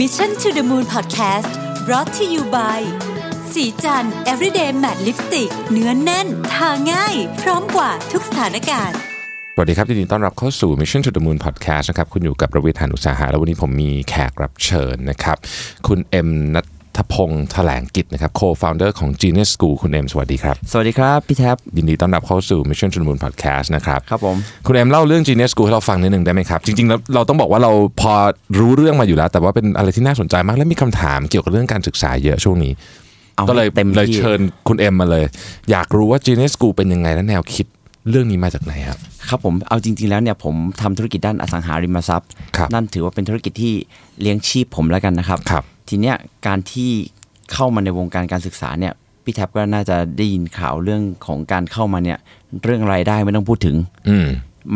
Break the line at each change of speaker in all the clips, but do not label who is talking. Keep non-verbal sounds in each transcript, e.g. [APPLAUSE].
Mission to the Moon Podcast brought to you by สีจัน everyday matte lipstick เนื้อนแน่น ทาง่าย พร้อมกว่าทุกสถานการณ์
สวัสดีครับยินดีต้อนรับเข้าสู่ Mission to the Moon Podcast นะครับ คุณอยู่กับประวิทยานุตสาหะและวันนี้ผมมีแขกรับเชิญนะครับ คุณเอ็มนัทพงษ์แถลงกิจนะครับ co-founder ของ Genius School คุณเอ็มสวัสดีครับ
สวัสดีครับ พี่แท็บ
ยินดีต้อนรับเข้าสู่ Mission to the Moon Podcast นะครับ
ครับผม
คุณเอ็มเล่าเรื่อง Genius School ให้เราฟังนิดหนึ่งได้ไหมครับ จริงๆแล้วเราต้องบอกว่าเราพอรู้เรื่องมาอยู่แล้ว แต่ว่าเป็นอะไรที่น่าสนใจมากและมีคำถามเกี่ยวกับเรื่องการศึกษาเยอะช่วงนี้
อา
ก็เลย
ให้เต็ม
เลย
ที่
เชิญคุณเอ็มมาเลย อยากรู้ว่า Genius School เป็นยังไงและแนวคิดเรื่องนี้มาจากไหนครับ
ครับผมเอาจริง ๆ แล้วเนี่ยผมทำธุรกิจด้านอสังหาริมทรัพย์
ครับ
นั่นถือว่าเป็นธุรกิจที่เลี้ยงชีพผมแล้วกันนะครับ
ครับ
ทีเนี้ยการที่เข้ามาในวงการการศึกษาเนี่ยพี่แท็บก็น่าจะได้ยินข่าวเรื่องของการเข้ามาเนี่ยเรื่องรายได้ไม่ต้องพูดถึง
อืม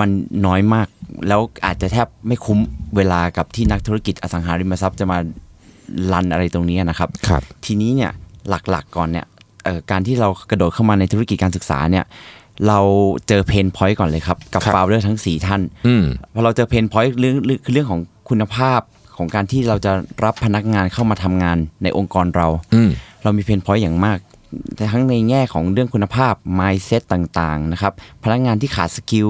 มันน้อยมาก แล้วอาจจะแทบไม่คุ้มเวลากับที่นักธุรกิจอสังหาริมทรัพย์จะมาลันอะไรตรงนี้นะครับ
ครับ
ทีนี้เนี่ยหลักๆก่อนเนี่ยเอ่อการที่เรากระโดดเข้ามาในธุรกิจการศึกษาเนี่ยเราเจอเพนพอยต์ก่อนเลยครับ กับ
ครับ
ฟาวเดอร์ทั้ง 4 ท่าน
อืม
พอเราเจอเพนพอยต์เรื่องเรื่องคือเรื่องของคุณภาพของการที่เราจะรับพนักงานเข้ามาทำงานในองค์กรเรา
อืม
เรามีเพนพอยต์อย่างมาก แต่ทั้งในแง่ของเรื่องคุณภาพ mindset ต่างๆ นะครับ พนักงานที่ขาดสกิล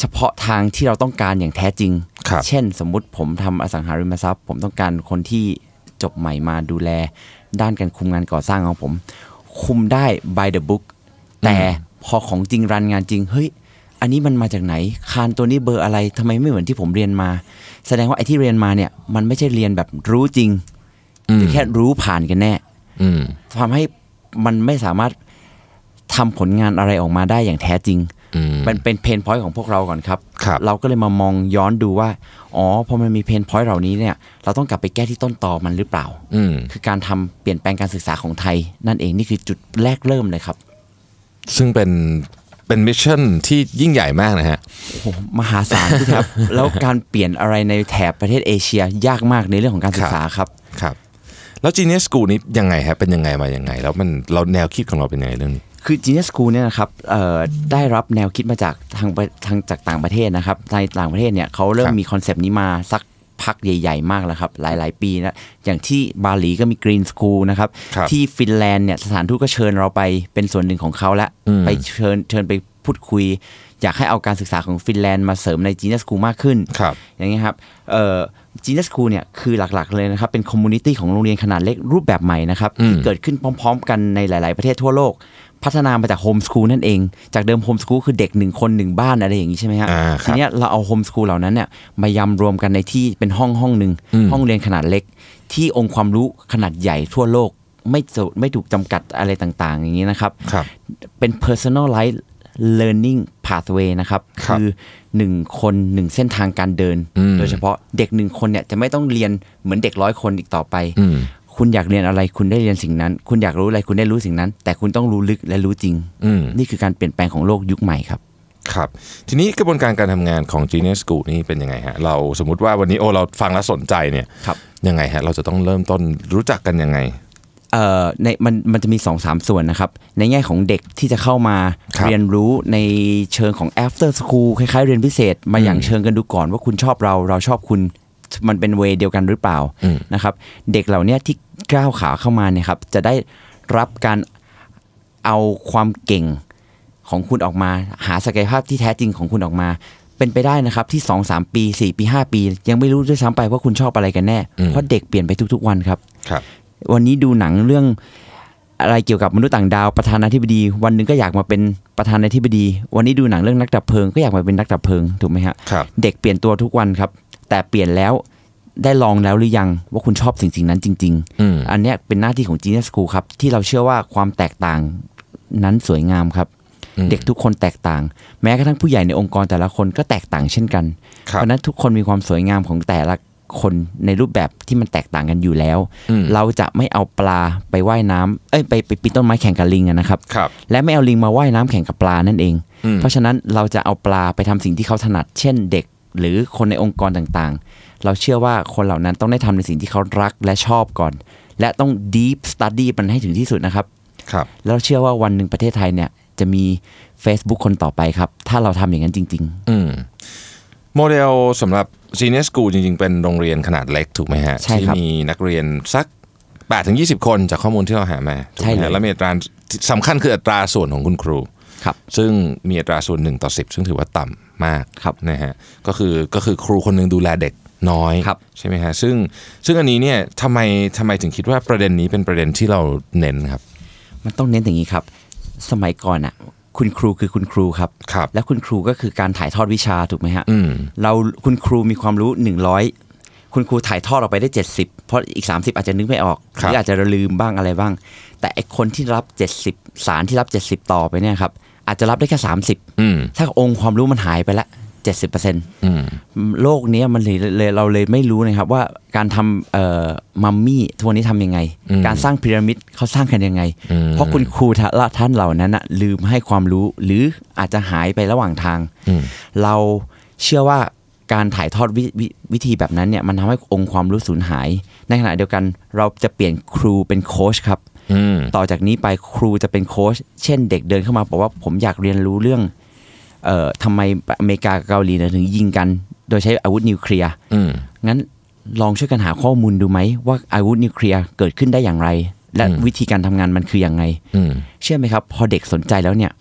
เฉพาะทางที่เราต้องการอย่างแท้จริง
ครับ
เช่น สมมุติผมทำอสังหาริมทรัพย์ ผมต้องการคนที่จบใหม่มาดูแล ด้านการคุมงานก่อสร้างของผม คุมได้ by the book แต่พอของจริงรันงานจริง เฮ้ย อันนี้มันมาจากไหน คานตัวนี้เบอร์อะไรทำไมไม่เหมือนที่ผมเรียนมา แสดงว่าไอ้ที่เรียนมาเนี่ยมันไม่ใช่เรียนแบบรู้จริงหรือแค่รู้ผ่านกันแน่
อืม
ทำให้มันไม่สามารถทำผลงานอะไรออกมาได้อย่างแท้จริง
อืม
มันเป็นเพนพอยต์ของพวกเราก่อนครับ
ครับ
เราก็เลยมามองย้อนดูว่า อ๋อพอมันมีเพนพอยต์เหล่านี้เนี่ย เราต้องกลับไปแก้ที่ต้นตอมันหรือเปล่า
อืม
คือการทำเปลี่ยนแปลงการศึกษาของไทย นั่นเองนี่คือจุดแรกเริ่มเลยครับ
ซึ่งเป็นเป็นมิชชั่นที่ยิ่งใหญ่มากนะฮะ
โอ้โหมหาศาลครับ [LAUGHS] แล้วการเปลี่ยนอะไรในแถบประเทศเอเชียยากมากในเรื่องของการศึกษาครับ
ครับ แล้ว Genius School นี้ยังไงฮะ เป็นยังไงมายังไง แล้วมันเราแนวคิดของเราเป็นยังไงเรื่องนี้
คือ Genius School เนี่ยนะครับเอ่อได้รับแนวคิดมาจากทางประทางจากต่างประเทศนะครับในต่างประเทศเนี่ยเขาเริ่
ค
ม
รับ
มีคอนเซปต์นี้มาสักพักใหญ่ ๆ มากแล้วครับ หลาย ๆ ปีนะ อย่างที่บาหลีก็มี Green School นะครับ
ครับ
ที่ฟินแลนด์เนี่ยสถานทูตก็เชิญเราไปเป็นส่วนหนึ่งของเขาแล้ว
อืม
ไปเชิญเชิญไปพูดคุย อยากให้เอาการศึกษาของฟินแลนด์มาเสริมใน Genius School มากขึ้น
ครับ
อย่างนี้ยครับเอ่อจีนัสคูเนี่ยคือหลักๆเลยนะครับ เป็นคอมมูนิตี้ของโรงเรียนขนาดเล็กรูปแบบใหม่นะครับ ที่เกิดขึ้นพร้อมๆ กันในหลาย ๆ ประเทศทั่วโลก พัฒนามาจากโฮมส o ูลนั่นเอง จากเดิมโฮมส o ูลคือเด็กหนึ่งคนหนึ่งบ้านอะไรอย่างนี้ใช่ไหมฮะ
อ่าครับ
ทีเนี้ยเราเอาโฮมส o ูลเหล่านั้นเนี่ยมายำรวมกันในที่เป็นห้องห้องหนึ่งห้องเรียนขนาดเล็ก ที่องค์ความรู้ขนาดใหญ่ทั่วโลก ไม่จำไม่ถูกจำกัดอะไรต่างๆ อย่างนี้นะครับ
ครับ
เป็น personalized learning pathway นะครับ
ครับ
อหนึ่งคนหนึ่งเส้นทางการเดิน
อืม
โดยเฉพาะเด็กหนึ่งคนเนี่ยจะไม่ต้องเรียนเหมือนเด็กร้อยคนอีกต่อไป
อืม
คุณอยากเรียนอะไรคุณได้เรียนสิ่งนั้น คุณอยากรู้อะไรคุณได้รู้สิ่งนั้น แต่คุณต้องรู้ลึกและรู้จริง
อืม
นี่คือการเปลี่ยนแปลงของโลกยุคใหม่ครับ
ครับ ทีนี้กระบวนการการทำงานของ Genius School นี่เป็นยังไงฮะ เราสมมุติว่าวันนี้โอ้เราฟังแล้วสนใจเนี่ย
ครับ
ยังไงฮะ เราจะต้องเริ่มต้นรู้จักกันยังไง
เอ่อในมันมันจะมี2อสามส่วนนะครับ ในแง่ของเด็กที่จะเข้ามา
ครับ
เรียนรู้ในเชิงของ after school คล้ายๆ เรียนพิเศษ มาอย่างเชิงกันดูก่อนว่าคุณชอบเราเราชอบคุณมันเป็นเวย์เดียวกันหรือเปล่า
อืม
นะครับ เด็กเหล่าเนี้ยที่ก้าวขาเข้ามาเนี่ยครับจะได้รับการเอาความเก่งของคุณออกมา หาศักยภาพที่แท้จริงของคุณออกมา เป็นไปได้นะครับที่ 2 3 ปี 4 ปี 5 ปี ยังไม่รู้ด้วยซ้ำไปว่าคุณชอบอะไรกันแน่เพราะเด็กเปลี่ยนไปทุกๆวันครับ
ครับ
วันนี้ดูหนังเรื่องอะไรเกี่ยวกับมนุษย์ต่างดาวประธานาธิบดี วันหนึ่งก็อยากมาเป็นประธานาธิบดี วันนี้ดูหนังเรื่องนักดับเพลิงก็อยากมาเป็นนักดับเพลิงถูกไหมฮะ
ครับ
เด็กเปลี่ยนตัวทุกวันครับ แต่เปลี่ยนแล้วได้ลองแล้วหรือยังว่าคุณชอบสิ่งสิ่งนั้นจริง ๆ
อืม
อันเนี้ยเป็นหน้าที่ของ Genius School ครับ ที่เราเชื่อว่าความแตกต่างนั้นสวยงามครับ
อืม
เด็กทุกคนแตกต่าง แม้กระทั่งผู้ใหญ่ในองค์กรแต่ละคนก็แตกต่างเช่นกัน
ครับ
เพราะฉะนั้นทุกคนมีความสวยงามของแต่ละคนในรูปแบบที่มันแตกต่างกันอยู่แล้ว
อืม
เราจะไม่เอาปลาไปว่ายน้ำเอ้ยไปไปปีนต้นไม้แข่งกับลิงอะนะครับ
ครับ
และไม่เอาลิงมาว่ายน้ำแข่งกับปลานั่นเอง
อืม
เพราะฉะนั้นเราจะเอาปลาไปทำสิ่งที่เขาถนัด เช่นเด็กหรือคนในองค์กรต่างๆ เราเชื่อว่าคนเหล่านั้นต้องได้ทำในสิ่งที่เขารักและชอบก่อน และต้อง deep study มันให้ถึงที่สุดนะครับ
ครับ
แล้วเชื่อว่าวันหนึ่งประเทศไทยเนี่ยจะมี Facebook คนต่อไปครับ ถ้าเราทำอย่างนั้นจริง
อืม โมเดลสำหรับ Senior School จริง ๆ เป็นโรงเรียนขนาดเล็กถูกไหมฮะ
ใช่ครับ
ที่มีนักเรียนสัก8ถึง20 คนจากข้อมูลที่เราหามาถูกไหม
ใช่เลย
ฮะแล้วมีอัตราสำคัญคืออัตราส่วนของคุณครู
ครับ
ซึ่งมีอัตราส่วน1ต่อ 10 ซึ่งถือว่าต่ำมาก
ครับ
นะฮะก็คือก็คือครูคนหนึ่งดูแลเด็กน้อย
ครับ
ใช่ไหมฮะซึ่งซึ่งอันนี้เนี่ยทำไมทำไมถึงคิดว่าประเด็นนี้เป็นประเด็นที่เราเน้นครับ
มันต้องเน้นอย่างนี้ครับ สมัยก่อนอ่ะ คุณครูคือคุณครูครับ
ครับ
และคุณครูก็คือการถ่ายทอดวิชาถูกไหมฮะ
อืม
เราคุณครูมีความรู้ 100 คุณครูถ่ายทอดออกไปได้ 70 เพราะอีก 30 อาจจะนึกไม่ออกห
ครั
รื
บ
ออาจจะลืมบ้างอะไรบ้าง แต่ไอคนที่รับ 70 สารที่รับ 70 ต่อไปเนี่ยครับอาจจะรับได้แค่ 30
อืม
ถ้าองค์ความรู้มันหายไปละ 70%อร์
อืม
โลกเนี้ยมันเลยเลยเราเลยไม่รู้นะครับว่าการทำเอ่อมัมมี่ทุกวันนี้ทำยังไง
อืม
การสร้างพีระมิดเขาสร้างกันยังไง
อืม
เพราะคุณครูท่านละท่านเหล่านั้นนะลืมให้ความรู้หรืออาจจะหายไประหว่างทาง
อืม
เราเชื่อว่าการถ่ายทอดวววิธีแบบนั้นเนี่ยมันทำให้องค์ความรู้สูญหาย ในขณะเดียวกันเราจะเปลี่ยนครูเป็นโค้ชครับ
อืม
ต่อจากนี้ไปครูจะเป็นโค้ชเช่นเด็กเดินเข้ามาบอกว่าผมอยากเรียนรู้เรื่องเอ่อทำไมอเมริกากับเกาหลีเนี่ยถึงยิงกัน โดยใช้อาวุธนิวเคลียร์
อืม
งั้นลองช่วยกันหาข้อมูลดูไหมว่าอาวุธนิวเคลียร์เกิดขึ้นได้อย่างไร และ
อืม
วิธีการทำงานมันคืออย่างไร
อืม
เชื่อไหมครับ พอเด็กสนใจแล้วเนี่ย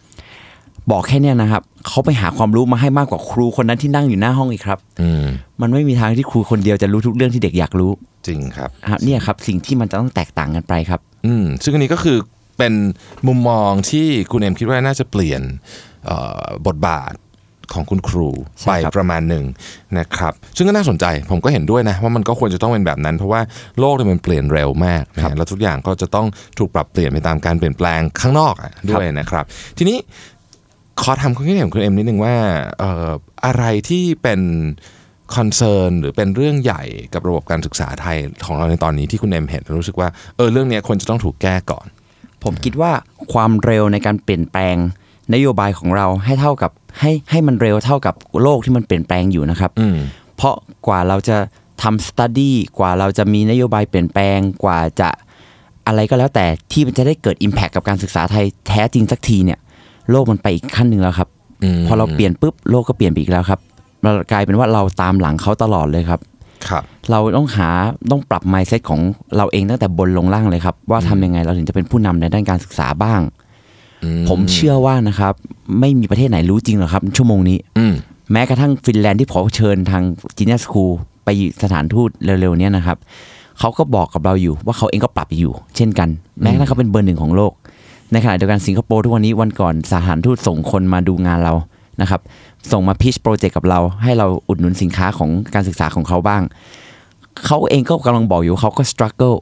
บอกแค่เนี้ยนะครับ เขาไปหาความรู้มาให้มากกว่าครูคนนั้นที่นั่งอยู่หน้าห้องอีกครับ
อืม
มันไม่มีทางที่ครูคนเดียวจะรู้ทุกเรื่องที่เด็กอยากรู้
จริงครับ
ครับเนี่ยครับ สิ่งที่มันจะต้องแตกต่างกันไปครับ
อืม ซึ่งอันนี้ก็คือเป็นมุมมองที่คุณเอ็มคิดว่าน่าจะเปลี่ยนเอ่อบทบาทของคุณครู
ใช่
ไป
ครับ
ประมาณหนึ่งนะครับ ซึ่งก็น่าสนใจผมก็เห็นด้วยนะ ว่ามันก็ควรจะต้องเป็นแบบนั้น เพราะว่าโลกเนี่ยมันเปลี่ยนเร็วมากนะฮะแล้วทุกอย่างก็จะต้องถูกปรับเปลี่ยนไปตามการเปลี่ยนแปลงข้างนอกอะด้วยนะครับ ทีนี้ขอทำความคิดเห็นของคุณเอ็มนิดนึงว่าเอ่ออะไรที่เป็น คอนเซิร์นหรือเป็นเรื่องใหญ่กับระบบการศึกษาไทยของเราในตอนนี้ที่คุณเอมเห็นแล้วรู้สึกว่าเออเรื่องเนี้ยควรจะต้องถูกแก้ก่อน
ผมคิดว่าความเร็วในการเปลี่ยนแปลง นโยบายของเราให้เท่ากับให้ให้มันเร็วเท่ากับโลกที่มันเปลี่ยนแปลงอยู่นะครับ
อืม
เพราะกว่าเราจะทำสต u d y กว่าเราจะมีนโยบายเปลี่ยนแปลงกว่าจะอะไรก็แล้วแต่ที่มันจะได้เกิด Impact กับการศึกษาไทยแท้จริงสักทีเนี่ย โลกมันไปอีกขั้นหนึ่งแล้วครับ
อืม
พอเราเปลี่ยนปุ๊บโลกก็เปลี่ยนไปอีกแล้วครับเรากลายเป็นว่าเราตามหลังเขาตลอดเลยครับ
ครับ
เราต้องหาต้องปรับ mindset ของเราเองตั้งแต่บนลงล่างเลยครับ ว่าทำยังไงเราถึงจะเป็นผู้นำในด้านการศึกษาบ้าง ผมเชื่อว่านะครับ ไม่มีประเทศไหนรู้จริงหรอกครับ ชั่วโมงนี้
อืม
แม้กระทั่งฟินแลนด์ที่ผมเชิญทางจีเนียสคูลไปสถานทูตเร็วๆเนี้นะครับ เขาก็บอกกับเราอยู่ว่าเขาเองก็ปรับอยู่ เช่นกัน แม้กระทั่งเขาเป็นเบอร์หนึ่งของโลก ในขณะเดียวกันสิงคโปร์ทุกวันนี้วันก่อนสถานทูตส่งคนมาดูงานเรานะครับ ส่งมาพิชโปรเจกต์กับเรา ให้เราอุดหนุนสินค้าของการศึกษาของเขาบ้าง เขาเองก็กำลังบอกอยู่ว่าเขาก็สครัลเกิล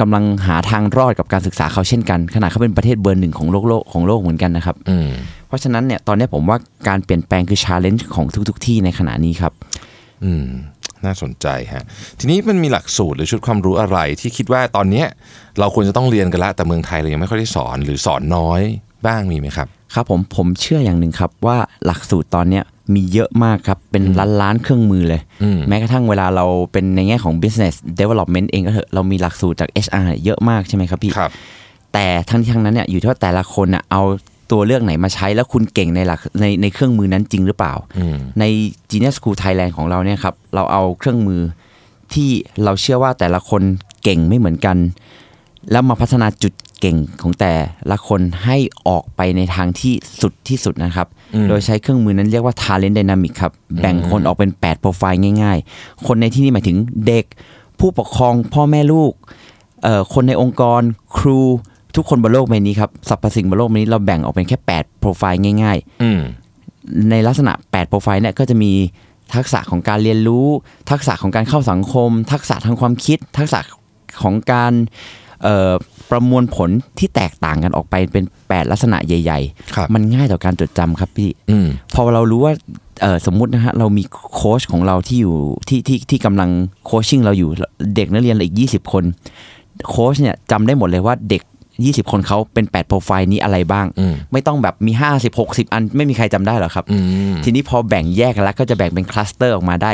กำลังหาทางรอดกับการศึกษาเขาเช่นกันขณะเขาเป็นประเทศเบอร์หนึ่งของโลกโลกของโลกเหมือนกันนะครับ
อืม
เพราะฉะนั้นเนี่ยตอนเนี้ยผมว่าการเปลี่ยนแปลงคือชาเลนจ์ของทุก ๆ ที่ในขณะนี้ครับ
อืม น่าสนใจฮะ ทีนี้มันมีหลักสูตรหรือชุดความรู้อะไรที่คิดว่าตอนเนี้ยเราควรจะต้องเรียนกันละแต่เมืองไทยเรายังไม่ค่อยได้สอนหรือสอนน้อยบ้างมีไหมครับ
ครับผมผมเชื่ออย่างหนึ่งครับว่าหลักสูตรตอนเนี้ยมีเยอะมากครับ เป็นล้านล้านๆเครื่องมือเลย
อืม
แม้กระทั่งเวลาเราเป็นในแง่ของ business development เองก็เถอะเรามีหลักสูตรจาก HR เยอะมากใช่ไหมครับพี่
ครับ
แต่ทั้งนี้ทั้งนั้นเนี่ยอยู่ที่ว่าแต่ละคนน่ะเอาตัวเลือกไหนมาใช้แล้วคุณเก่งในหลักในในเครื่องมือนั้นจริงหรือเปล่า
อืม
ใน Genius School Thailand ของเราเนี่ยครับ เราเอาเครื่องมือที่เราเชื่อว่าแต่ละคนเก่งไม่เหมือนกัน แล้วมาพัฒนาจุดเก่งของแต่ละคนให้ออกไปในทางที่สุดที่สุดนะครับ
อืม
โดยใช้เครื่องมือนั้นเรียกว่า Talent Dynamic ครับ แบ่งคนออกเป็น 8 โปรไฟล์ง่ายๆ คนในที่นี่หมายถึงเด็ก ผู้ปกครองพ่อแม่ลูกเอ่อคนในองค์กรครูทุกคนบนโลกใบนี้ครับสรรพสิ่งบนโลกใบนี้เราแบ่งออกเป็นแค่ 8 โปรไฟล์ง่ายๆ
อืม
ในลักษณะ 8 โปรไฟล์เนี่ยก็จะมีทักษะของการเรียนรู้ ทักษะของการเข้าสังคม ทักษะทางความคิด ทักษะของการเอ่อประมวลผลที่แตกต่างกันออกไปเป็น 8 ลักษณะใหญ่
ครับ
มันง่ายต่อการจดจำครับพี่
อืม
พอเรารู้ว่าเอ่อสมมุตินะฮะเรามีโค้ชของเราที่อยู่ที่ที่ที่กำลังโคชชิ่งเราอยู่เด็กนักเรียนเราอีก 20 คนโค้ชเนี่ยจำได้หมดเลยว่าเด็ก 20 คนเขาเป็น 8 โปรไฟล์นี้อะไรบ้าง
อืม
ไม่ต้องแบบมี 50 60 อันไม่มีใครจำได้หรอกครับ
อืม
ทีนี้พอแบ่งแยกกันแล้วก็จะแบ่งเป็นคลัสเตอร์ออกมาได้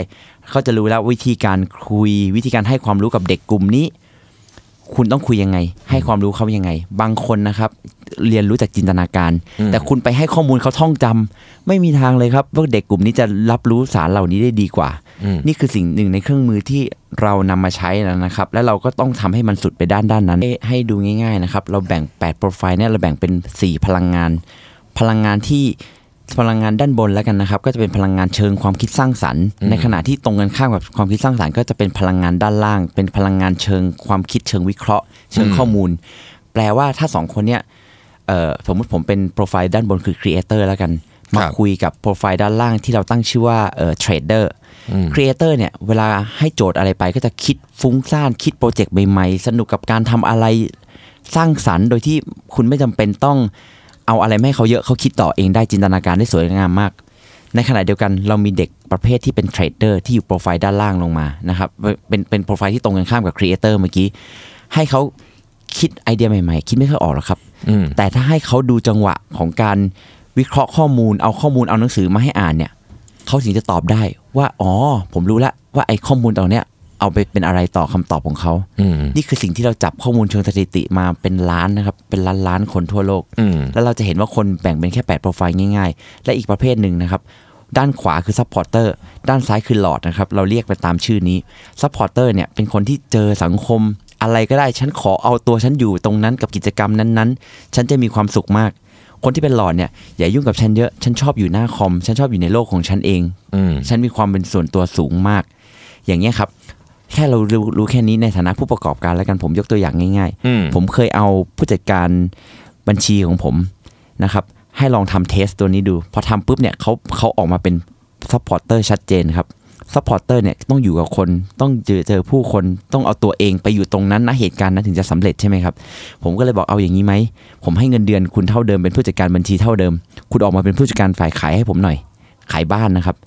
เขาจะรู้แล้ววิธีการคุยวิธีการให้ความรู้กับเด็กกลุ่มนี้ คุณต้องคุยยังไง ให้ความรู้เขายังไง บางคนนะครับ เรียนรู้จากจินตนาการ แต่คุณไปให้ข้อมูลเขาท่องจำไม่มีทางเลยครับ ว่าเด็กกลุ่มนี้จะรับรู้สารเหล่านี้ได้ดีกว่า นี่คือสิ่งหนึ่งในเครื่องมือที่เรานำมาใช้แล้วนะครับ และเราก็ต้องทำให้มันสุดไปด้านด้านนั้นให้ให้ดูง่าย ๆนะครับ เราแบ่ง8โปรไฟล์เนี่ยเราแบ่งเป็น 4 พลังงาน พลังงานที่พลังงานด้านบนแล้วกันนะครับ ก็จะเป็นพลังงานเชิงความคิดสร้างสรรค์ ในขณะที่ตรงกันข้ามกับความคิดสร้างสรรค์ก็จะเป็นพลังงานด้านล่าง เป็นพลังงานเชิงความคิดเชิงวิเคราะห์ เชิงข้อมูล แปลว่าถ้าสองคนเนี่ยเอ่อสมมุติผมเป็นโปรไฟล์ด้านบนคือครีเอเตอร์แล้วกันมา
ครับ
คุยกับโปรไฟล์ด้านล่างที่เราตั้งชื่อว่าเอ่อเทรดเดอร์ครีเอเตอร์เนี่ยเวลาให้โจทย์อะไรไปก็จะคิดฟุ้งซ่านคิดโปรเจกต์ใหม่ๆ สนุกกับการทำอะไร สร้างสรรค์โดยที่คุณไม่จำเป็นต้องเอาอะไรมาให้เขาเยอะเขาคิดต่อเองได้จินตนาการได้สวยงามมาก ในขณะเดียวกันเรามีเด็กประเภทที่เป็นเทรดเดอร์ที่อยู่โปรไฟล์ด้านล่างลงมานะครับเป็นเป็นโปรไฟล์ที่ตรงกันข้ามกับครีเอเตอร์เมื่อกี้ ให้เขาคิดไอเดียใหม่ๆ คิดไม่ค่อยออกหรอกครับ แต่ถ้าให้เขาดูจังหวะของการวิเคราะห์ข้อมูล เอาข้อมูลเอาหนังสือมาให้อ่านเนี่ย เขาถึงจะตอบได้ว่า อ๋อ ผมรู้ละว่าไอ้ข้อมูลตอนเนี้ยเอาไปเป็นอะไรต่อคำตอบของเขา นี่คือสิ่งที่เราจับข้อมูลเชิงสถิติมาเป็นล้านนะครับ เป็นล้านล้านๆคนทั่วโลก แล้วเราจะเห็นว่าคนแบ่งเป็นแค่ 8 โปรไฟล์ง่ายๆ และอีกประเภทหนึ่งนะครับ ด้านขวาคือซัพพอร์เตอร์ด้านซ้ายคือหลอดนะครับ เราเรียกไปตามชื่อนี้ซัพพอร์เตอร์เนี่ยเป็นคนที่เจอสังคม อะไรก็ได้ฉันขอเอาตัวฉันอยู่ตรงนั้นกับกิจกรรมนั้นๆ ฉันจะมีความสุขมาก คนที่เป็นหลอดเนี่ยอย่ายุ่งกับฉันเยอะฉันชอบอยู่หน้าคอม ฉันชอบอยู่ในโลกของฉันเองฉันมีความเป็นส่วนตัวสูงมาก อย่างเงี้ยครับ แค่เรารู้รู้แค่นี้ในฐานะผู้ประกอบการแล้วกันผมยกตัวอย่างง่าย
อืม
ผมเคยเอาผู้จัดการบัญชีของผมนะครับให้ลองทำเทสตัวนี้ดูพอทำปุ๊บเนี่ยเขาเขาออกมาเป็นซัพพอร์เตอร์ชัดเจนครับซัพพอร์เตอร์เนี่ยต้องอยู่กับคนต้องเจอเจอผู้คนต้องเอาตัวเองไปอยู่ตรงนั้นนะเหตุการณ์นั้นถึงจะสำเร็จใช่ไหมครับผมก็เลยบอกเอาอย่างนี้ไหมผมให้เงินเดือนคุณเท่าเดิมเป็นผู้จัดการบัญชีเท่าเดิม คุณออกมาเป็นผู้จัดการฝ่ายขายให้ผมหน่อย ขายบ้านนะครับ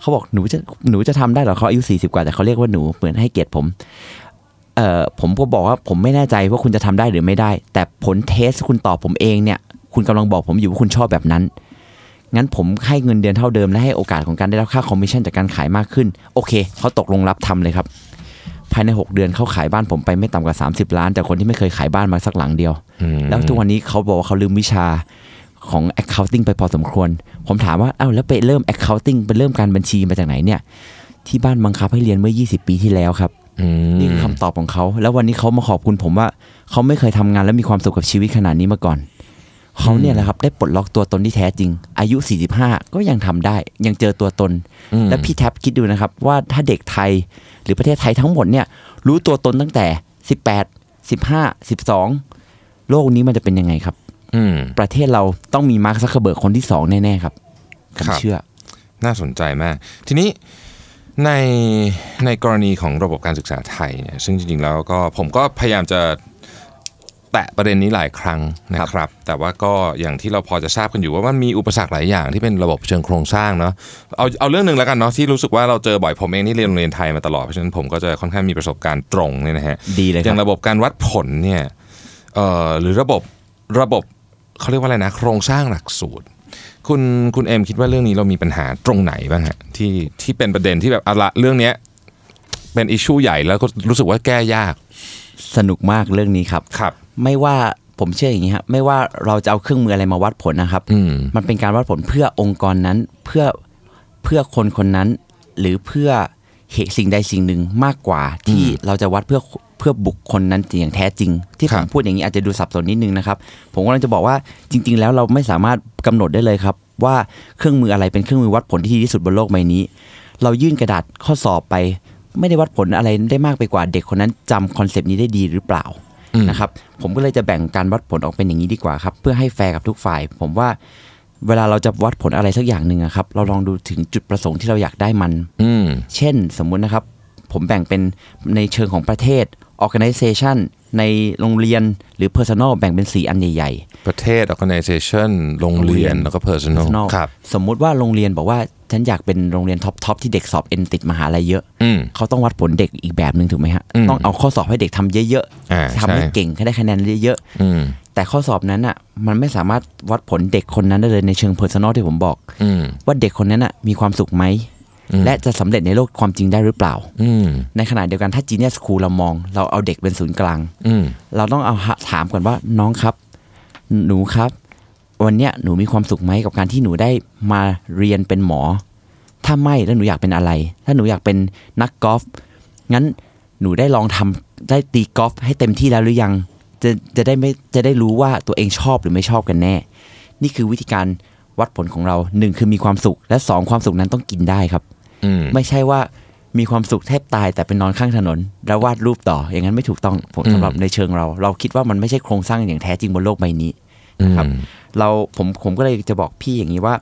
เขาบอกหนูจะหนูจะทำได้เหรอเขาอายุ 40 กว่าแต่เขาเรียกว่าหนูเหมือนให้เกียรติผม เอ่อผมก็บอกว่าผมไม่แน่ใจว่าคุณจะทำได้หรือไม่ได้ แต่ผลเทสคุณตอบผมเองเนี่ย คุณกำลังบอกผมอยู่ว่าคุณชอบแบบนั้น งั้นผมให้เงินเดือนเท่าเดิมและให้โอกาสของการได้รับค่าคอมมิชชั่นจากการขายมากขึ้น โอเคเขาตกลงรับทำเลยครับ ภายใน 6 เดือนเขาขายบ้านผมไปไม่ต่ำกว่า 30 ล้านจากคนที่ไม่เคยขายบ้านมาสักหลังเดียว แล้วทุกวันนี้เขาบอกว่าเขาลืมวิชาของ accounting ไปพอสมควร ผมถามว่าเอ้าแล้วไปเริ่ม accounting ไปเริ่มการบัญชีมาจากไหนเนี่ย ที่บ้านบังคับให้เรียนเมื่อ 20 ปีที่แล้วครับ นี่คือคำตอบของเขา แล้ววันนี้เขามาขอบคุณผมว่า เขาไม่เคยทำงานและมีความสุขกับชีวิตขนาดนี้มาก่อน เขาเนี่ยแหละครับได้ปลดล็อกตัวตนที่แท้จริง อายุ 45 ก็ยังทำได้ ยังเจอตัวตน และพี่แท็บคิดดูนะครับ ว่าถ้าเด็กไทยหรือประเทศไทยทั้งหมดเนี่ย รู้ตัวตนตั้งแต่ 18 15 12 โลกนี้มันจะเป็นยังไงครับ
อืม
ประเทศเราต้องมีมาร์คซักเคอร์เบิร์กคนที่สองแน่ๆครับผม
ครับ
เชื่อ
น่าสนใจมาก ทีนี้ในในกรณีของระบบการศึกษาไทยเนี่ยซึ่งจริงๆแล้วก็ผมก็พยายามจะแตะประเด็นนี้หลายครั้งนะครับ แต่ว่าก็อย่างที่เราพอจะทราบกันอยู่ว่ามันมีอุปสรรคหลายอย่างที่เป็นระบบเชิงโครงสร้างเนาะเอาเอาเรื่องหนึ่งแล้วกันเนาะที่รู้สึกว่าเราเจอบ่อยผมเองนี่เรียนโรงเรียนไทยมาตลอดเพราะฉะนั้นผมก็จะค่อนข้างมีประสบการณ์ตรงเนี่ยนะฮะ
ดีเลยค
อ
รั
ย่าง
บ
ระบบการวัดผลเนี่ยเอ่อหรือระบบระบบเขาเรียกว่าอะไรนะ โครงสร้างหลักสูตร คุณคุณเอ็มคิดว่าเรื่องนี้เรามีปัญหาตรงไหนบ้างฮะที่ที่เป็นประเด็นที่แบบเอาละเรื่องเนี้ยเป็นอิชชูใหญ่แล้วก็รู้สึกว่าแก้ยาก
สนุกมากเรื่องนี้ครับ
ครับ
ไม่ว่าผมเชื่ออย่างนี้ครับไม่ว่าเราจะเอาเครื่องมืออะไรมาวัดผลนะครับ
อืม
มันเป็นการวัดผลเพื่อองค์กรนั้นเพื่อเพื่อคนคนนั้น หรือเพื่อเหตุสิ่งใดสิ่งหนึ่งมากกว่าที่เราจะวัดเพื่อเพื่อบุคคลนั้นอย่างแท้จริง ที่
ค
ผ
รับ
มพูดอย่างนี้อาจจะดูสับสนนิดนึงนะครับ ผมกำลังจะบอกว่าจริง ๆ แล้วเราไม่สามารถกำหนดได้เลยครับ ว่าเครื่องมืออะไรเป็นเครื่องมือวัดผลที่ดีที่สุดบนโลกใบนี้ เรายื่นกระดาษข้อสอบไป ไม่ได้วัดผลอะไรได้มากไปกว่าเด็กคนนั้นจำคอนเซปต์นี้ได้ดีหรือเปล่า นะครับผมก็เลยจะแบ่งการวัดผลออกเป็นอย่างนี้ดีกว่าครับเพื่อให้แฟร์กับทุกฝ่าย ผมว่าเวลาเราจะวัดผลอะไรสักอย่างหนึ่งอะครับเราลองดูถึงจุดประสงค์ที่เราอยากได้มัน
อืม
เช่นสมมุตินะครับ ผมแบ่งเป็นในเชิงของประเทศ organization ในโรงเรียนหรือ personal แบ่งเป็น 4 อันใหญ่ ๆ
ประเทศ organization โรงเรียนแล้วก็ personal
personal
ครับ
สมมุติว่าโรงเรียนบอกว่าฉันอยากเป็นโรงเรียนท็อปทอปที่เด็กสอบเอ็นติดมหาลัยเยอะ
อืม
เขาต้องวัดผลเด็กอีกแบบหนึ่งถูกไหมฮะ ต้องเอาข้อสอบให้เด็กทำเยอะ
อ่า
ๆทำให้
ใช่
เก่งให้ได้คะแนนเยอะ
อืม
ๆ แต่ข้อสอบนั้นอ่ะมันไม่สามารถวัดผลเด็กคนนั้นได้เลยในเชิง personal ที่ผมบอก
อืม
ว่าเด็กคนนั้นอ่ะมีความสุขไหม และจะสำเร็จในโลกความจริงได้หรือเปล่า
อืม
ในขณะเดียวกันถ้า Genius School เรามอง เราเอาเด็กเป็นศูนย์กลาง
อืม
เราต้องเอาถามก่อนว่าน้องครับ หนูครับ วันเนี้ยหนูมีความสุขไหมกับการที่หนูได้มาเรียนเป็นหมอ ถ้าไม่แล้วหนูอยากเป็นอะไร ถ้าหนูอยากเป็นนักกอล์ฟงั้นหนูได้ลองทำได้ตีกอล์ฟให้เต็มที่แล้วหรือยัง จะจะได้ไม่จะได้รู้ว่าตัวเองชอบหรือไม่ชอบกันแน่ นี่คือวิธีการวัดผลของเราหนึ่งคือมีความสุข และสองความสุขนั้นต้องกินได้ครับ
อืม
ไม่ใช่ว่ามีความสุขแทบตายแต่เป็นนอนข้างถนน แล้ววาดรูปต่ออย่างนั้นไม่ถูกต้องผม
อืม
สำหรับในเชิงเรา เราคิดว่ามันไม่ใช่โครงสร้างอย่างแท้จริงบนโลกใบนี้นะครับ เราผมผมก็เลยจะบอกพี่อย่างนี้ว่า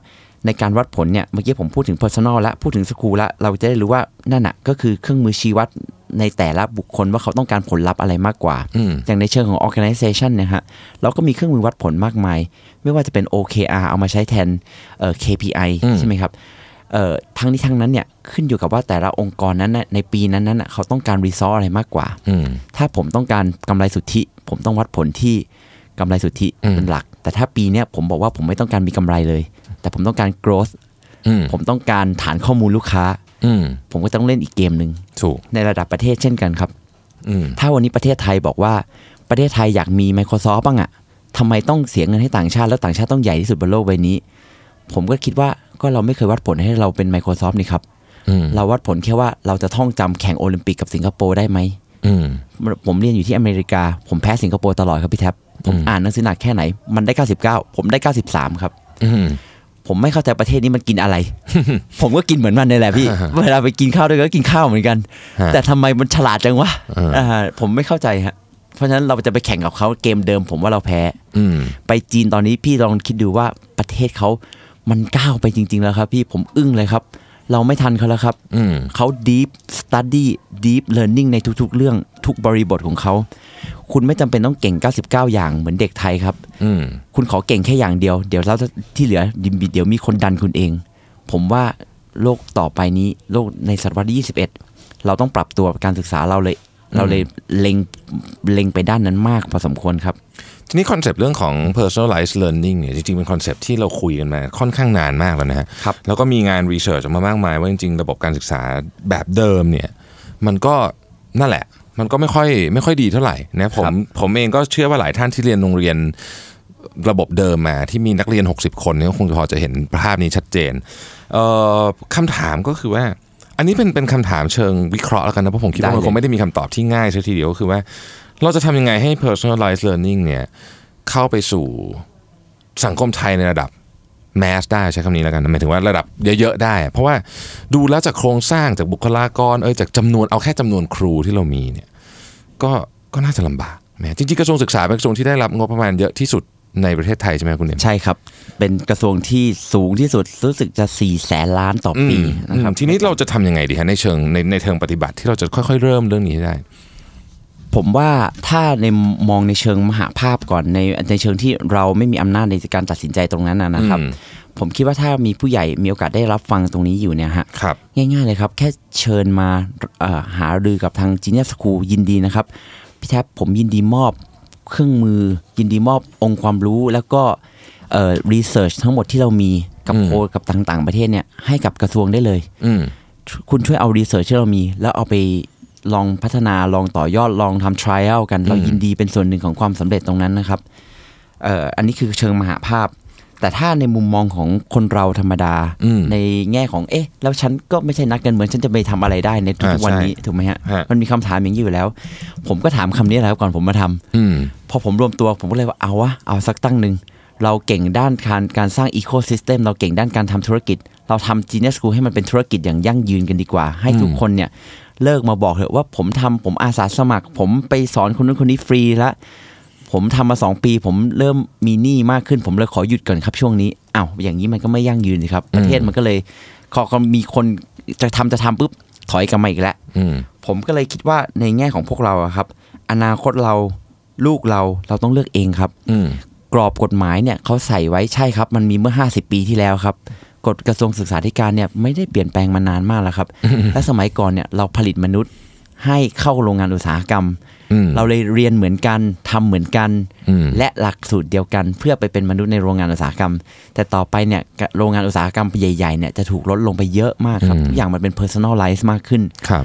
ในการวัดผลเนี่ยเมื่อกี้ผมพูดถึง personal ละพูดถึง school ละเราจะได้รู้ว่านั่นน่ะก็คือเครื่องมือชี้วัดในแต่ละบุคคลว่าเขาต้องการผลลัพธ์อะไรมากกว่า
อืม
อย่างในเชิงของ organization เนะฮะเราก็มีเครื่องมือวัดผลมากมาย ไม่ว่าจะเป็น OKR เอามาใช้แทนเอ่อ KPI
อืม
ใช่ไหมครับเอ่อทั้งนี้ทั้งนั้นเนี่ยขึ้นอยู่กับว่าแต่ละองค์กรนั้นน่ะในปีนั้นนั้นน่ะเขาต้องการ resource อะไรมากกว่า
อืม
ถ้าผมต้องการกำไรสุทธิ ผมต้องวัดผลที่กำไรสุทธิ
อืม
เป็นหลัก แต่ถ้าปีเนี้ยผมบอกว่าผมไม่ต้องการมีกำไรเลย แต่ผมต้องการ growth
อืม
ผมต้องการฐานข้อมูลลูกค้า
อืม
ผมก็ต้องเล่นอีกเกมหนึ่ง
ถูก
ในระดับประเทศเช่นกันครับ
อืม
ถ้าวันนี้ประเทศไทยบอกว่าประเทศไทยอยากมี Microsoft บ้างอะทำไมต้องเสียเงินให้ต่างชาติ แล้วต่างชาติต้องใหญ่ที่สุดบนโลกใบนี้ ผมก็คิดว่าก็เราไม่เคยวัดผลให้เราเป็น Microsoft นี่ครับ
อืม
เราวัดผลแค่ว่าเราจะท่องจำแข่งโอลิมปิกกับสิงคโปร์ได้ไหม
อืม
ผมเรียนอยู่ที่อเมริกา ผมแพ้สิงคโปร์ตลอดครับพี่แท็บ ผม
อืม
อ่านหนังสือหนักแค่ไหน มันได้ 99 ผมได้ 93 ครับ
อืม
ผมไม่เข้าใจประเทศนี้มันกิน [LAUGHS] อะไร ผมก็กินเหมือนมันนี่แหละพี่ เวลาไปกินข้าวด้วยกันก็กินข้าวเหมือนกัน
ฮะ
แต่ทำไมมันฉลาดจังวะ
เอออ่
าผมไม่เข้าใจฮะ เพราะฉะนั้นเราจะไปแข่งกับเขาเกมเดิม ผมว่าเราแพ้
อืม
ไปจีนตอนนี้พี่ลองคิดดูว่าประเทศเขามันก้าวไปจริง ๆ แล้วครับ พี่ผมอึ้งเลยครับ เราไม่ทันเขาแล้วครับ
อืม
เขา deep study deep learning ในทุกๆ เรื่องทุกบริบทของเขา คุณไม่จำเป็นต้องเก่ง 99 อย่างเหมือนเด็กไทยครับ
อืม
คุณขอเก่งแค่อย่างเดียว เดี๋ยวเราจะที่เหลือเดี๋ยวมีคนดันคุณเอง ผมว่าโลกต่อไปนี้ โลกในศตวรรษที่ 21 เราต้องปรับตัวกับการศึกษาเราเลย เราเลยเล็งเล็งไปด้านนั้นมากพอสมควรครับ
ทีนี้คอนเซปต์เรื่องของ personalized learning เนี่ยจริงๆเป็นคอนเซปต์ที่เราคุยกันมาค่อนข้างนานมากแล้วนะฮะ
ครับ
แล้วก็มีงานรีเสิร์ชออกมามากมาย ว่าจริงๆ ระบบการศึกษาแบบเดิมเนี่ยมันก็นั่นแหละ มันก็ไม่ค่อยไม่ค่อยดีเท่าไหร่นะผมผมเองก็เชื่อว่าหลายท่านที่เรียนโรงเรียนระบบเดิมมาที่มีนักเรียน 60 คนเนี่ยก็คงจะพอจะเห็นภาพนี้ชัดเจนเอ่อคำถามก็คือว่า อันนี้เป็นเป็นคำถามเชิงวิเคราะห์แล้วกันนะเพราะผมคิดว่ามัน
ได้เลย
คงไม่ได้มีคำตอบที่ง่ายซะทีเดียวก็คือว่า เราจะทำยังไงให้ personalized learning เนี่ยเข้าไปสู่สังคมไทยในระดับ แมสได้ใช้คำนี้แล้วกันหมายถึงว่าระดับเยอะๆได้ เพราะว่าดูแล้วจากโครงสร้างจากบุคลากรเอยจากจำนวนเอาแค่จำนวนครูที่เรามีเนี่ยก็ก็น่าจะลำบากแหมจริงๆกระทรวงศึกษาเป็นกระทรวงที่ได้รับงบประมาณเยอะที่สุดในประเทศไทยใช่ไหมครับคุณเอ็ม
ใช่ครับ เป็นกระทรวงที่สูงที่สุดรู้สึกจะ4ี่แสนล้านต่อ
อืม
ปีนะครับ
อืมทีนี้เราจะทำยังไงดีฮะในเชิงในในเชิงปฏิบัติที่เราจะค่อยๆเริ่มเรื่องนี้ให้ได้
ผมว่าถ้าในมองในเชิงมหาภาพก่อนในในเชิงที่เราไม่มีอำนาจในการตัดสินใจตรงนั้นนะนะครับ
อืม
ผมคิดว่าถ้ามีผู้ใหญ่มีโอกาสได้รับฟังตรงนี้อยู่เนี่ยฮะ
ครับ
ง่ายๆเลยครับ แค่เชิญมาเอ่อหารือกับทางจีเนียสคูยินดีนะครับ พี่แท็บผมยินดีมอบเครื่องมือ ยินดีมอบองค์ความรู้แล้วก็รีเสิร์ชทั้งหมดที่เรามีกับ
อืม
โคกับต่างๆประเทศเนี่ยให้กับกระทรวงได้เลย
อืม
คุณช่วยเอารีเสิร์ชที่เรามี แล้วเอาไปลองพัฒนาลองต่อยอดลองทำ trial กัน เรายินดีเป็นส่วนหนึ่งของความสำเร็จตรงนั้นนะครับเอ่ออันนี้คือเชิงมหาภาพ แต่ถ้าในมุมมองของคนเราธรรมดา
อืม
ในแง่ของเอ๊ะ แล้วฉันก็ไม่ใช่นักการเมืองฉันจะไปทำอะไรได้ในทุกๆ
อ่า
วัน
ใช่
นี้ถูกไหมฮะ
ฮะ
มันมีคำถามอย่างนี้อยู่แล้ว ผมก็ถามคำนี้แล้วก่อนผมมาทำ
อืม
พอผมรวมตัวผมก็เลยว่าเอาวะเอาสักตั้งหนึ่ง เราเก่งด้านการการสร้างอีโค y ิสเต็มเราเก่งด้านการทำธุรกิจ เราทำจีเนสกูให้มันเป็นธุรกิจอย่างยั่งยืนกันดีกว่า ให้ทุกคนเนี่ยเลิกมาบอกเถอะว่าผมทำผมอาสาสมัคร ผมไปสอนคนนู้นคนนี้ฟรีละ ผมทำมาสองปี ผมเริ่มมีหนี้มากขึ้น ผมเลยขอหยุดก่อนครับช่วงนี้อ้าวอย่างนี้มันก็ไม่ยั่งยืนสิครับ ประเทศมันก็เลยขอก็มีคนจะทำจะทำปุ๊บถอยกลับมาอีกแล้ว
อืม
ผมก็เลยคิดว่าในแง่ของพวกเราอะครับ อนาคตเราลูกเราเราต้องเลือกเองครับ
อืม
กรอบกฎหมายเนี่ยเขาใส่ไว้ใช่ครับ มันมีเมื่อ 50 ปีที่แล้วครับกฎกระทรวงศึกษาธิการเนี่ยไม่ได้เปลี่ยนแปลงมานานมากแล้ว
[LAUGHS]
ครับ และสมัยก่อนเนี่ยเราผลิตมนุษย์ให้เข้าโรงงานอุตสาหกรรม
อืม
เราเลยเรียนเหมือนกันทำเหมือนกัน
อืม
และหลักสูตรเดียวกันเพื่อไปเป็นมนุษย์ในโรงงานอุตสาหกรรม แต่ต่อไปเนี่ยโรงงานอุตสาหกรรมใหญ่ๆเนี่ยจะถูกลดลงไปเยอะมากครับ
อืม
ทุกอย่างมันเป็น personalize มากขึ้น
ครับ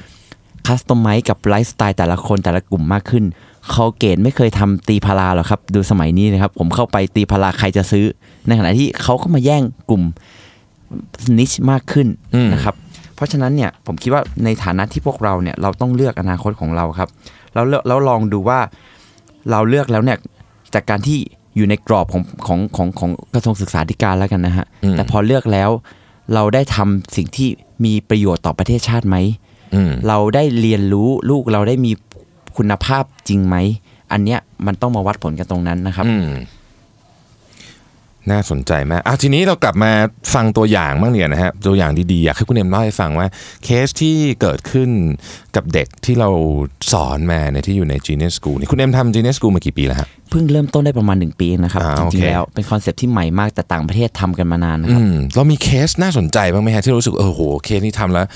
คัสตอมไมซ์กับไลฟ์สไตล์แต่ละคนแต่ละกลุ่มมากขึ้นเขาเกตไม่เคยทำตีพาราหรอกครับ ดูสมัยนี้นะครับ ผมเข้าไปตีพาราใครจะซื้อ ในขณะที่เขาก็มาแย่งกลุ่มนิชมากขึ้น
อืม
นะครับ เพราะฉะนั้นเนี่ยผมคิดว่าในฐานะที่พวกเราเนี่ยเราต้องเลือกอนาคตของเราครับ แล้วเลือกแล้วลองดูว่าเราเลือกแล้วเนี่ยจากการที่อยู่ในกรอบของของของของกระทรวงศึกษาธิการแล้วกันนะฮะ
อืม
แต่พอเลือกแล้ว เราได้ทำสิ่งที่มีประโยชน์ต่อประเทศชาติไหม
อืม
เราได้เรียนรู้ลูกเราได้มีคุณภาพจริงไหม อันเนี้ยมันต้องมาวัดผลกันตรงนั้นนะครับ
อืม น่าสนใจมากอ่ะทีนี้เรากลับมาฟังตัวอย่างบ้างเนี่ยนะฮะตัวอย่างดีๆอยากให้คุณเอ็มเล่าให้ฟังว่าเคสที่เกิดขึ้นกับเด็กที่เราสอนมาเนี่ยที่อยู่ใน Genius School นี่คุณเอ็มทำ Genius School มากี่ปีแล้วฮะ
เพิ่งเริ่มต้นได้ประมาณ 1 ปีเองนะครับ
อ่า
จ
โอ
ริ
เค
งๆแล้วเป็นคอนเซปต์ที่ใหม่มากแต่ต่างประเทศทำกันมานานนะค
อื
รับ
มเรามีเคสน่าสนใจบ้างไหมฮะที่เรารู้สึกเออโหเคสนี้ทำแล้ว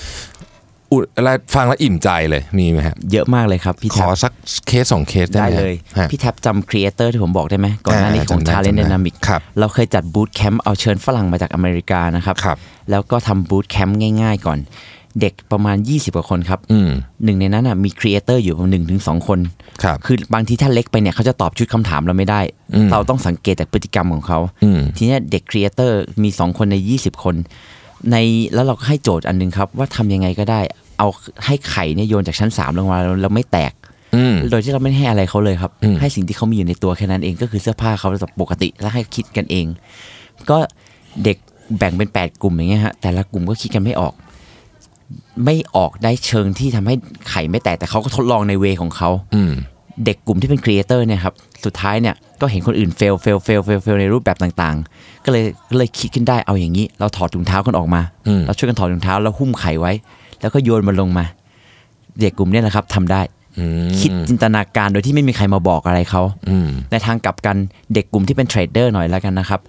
อุดอะไรฟังแล้วอิ่มใจเลยมีไหมฮะ
เยอะมากเลยครับพี่
ข
แท็
อบ สักเคสสองเคสได้ไหม
ได้
ฮะ
เลย
ฮะ
พี่แท็บจำครีเอเตอร์ที่ผมบอกได้ไหมก่อนหน้านี้ของ
จำได้
Talent
จำได้
Dynamic
ครับ
เราเคยจัดบูธแคมป์เอาเชิญฝรั่งมาจากอเมริกานะครับ
ครับ
แล้วก็ทำบูธแคมป์ง่าย ๆ ก่อน เด็กประมาณ 20กว่าคนครับ
อืม
หนึ่งในนั้นน่ะมีครีเอเตอร์อยู่ประมาณหนึ่งถึงสองคน
ครับ
คือบางทีถ้าเล็กไปเนี่ยเขาจะตอบชุดคำถามเราไม่ได้
อืม
เราต้องสังเกตจากพฤติกรรมของเขา
อืม
ทีเนี้ยเด็กครีเอเตอร์มี 2 คนใน 20 คน ในแล้วเราก็ให้โจทย์อันหนึงครับ ว่าทำยังไงก็ได้ เอาให้ไข่เนี่ยโยนจากชั้น 3 ลงมาแล้วแล้วไม่แตก
อืม
โดยที่เราไม่ให้อะไรเขาเลยครับ
อืม
ให้สิ่งที่เขามีอยู่ในตัวแค่นั้นเองก็คือเสื้อผ้าเขาแบบปกติแล้วให้คิดกันเอง ก็เด็กแบ่งเป็น 8 กลุ่มอย่างเงี้ยฮะแต่ละกลุ่มก็คิดกันไม่ออก ไม่ออกได้เชิงที่ทำให้ไข่ไม่แตกแต่เขาก็ทดลองในเวของเขา
อืม
เด็กกลุ่มที่เป็นครีเอเตอร์เนี่ยครับ สุดท้ายเนี่ยก็เห็นคนอื่นเฟล เฟล เฟล เฟล เฟลในรูปแบบต่างๆ ก็เลยก็เลยคิดขึ้นได้เอาอย่างนี้ เราถอดถุงเท้ากันออกมา
อืม
เราช่วยกันถอดถุงเท้าแล้วหุ้มไข่ไว้ แล้วก็โยนมันลงมา เด็กกลุ่มเนี่ยนะครับทำได้
อืม
คิดจินตนาการโดยที่ไม่มีใครมาบอกอะไรเขา
อืม
ในทางกลับกันเด็กกลุ่มที่เป็นเทรดเดอร์หน่อยแล้วกันนะครับ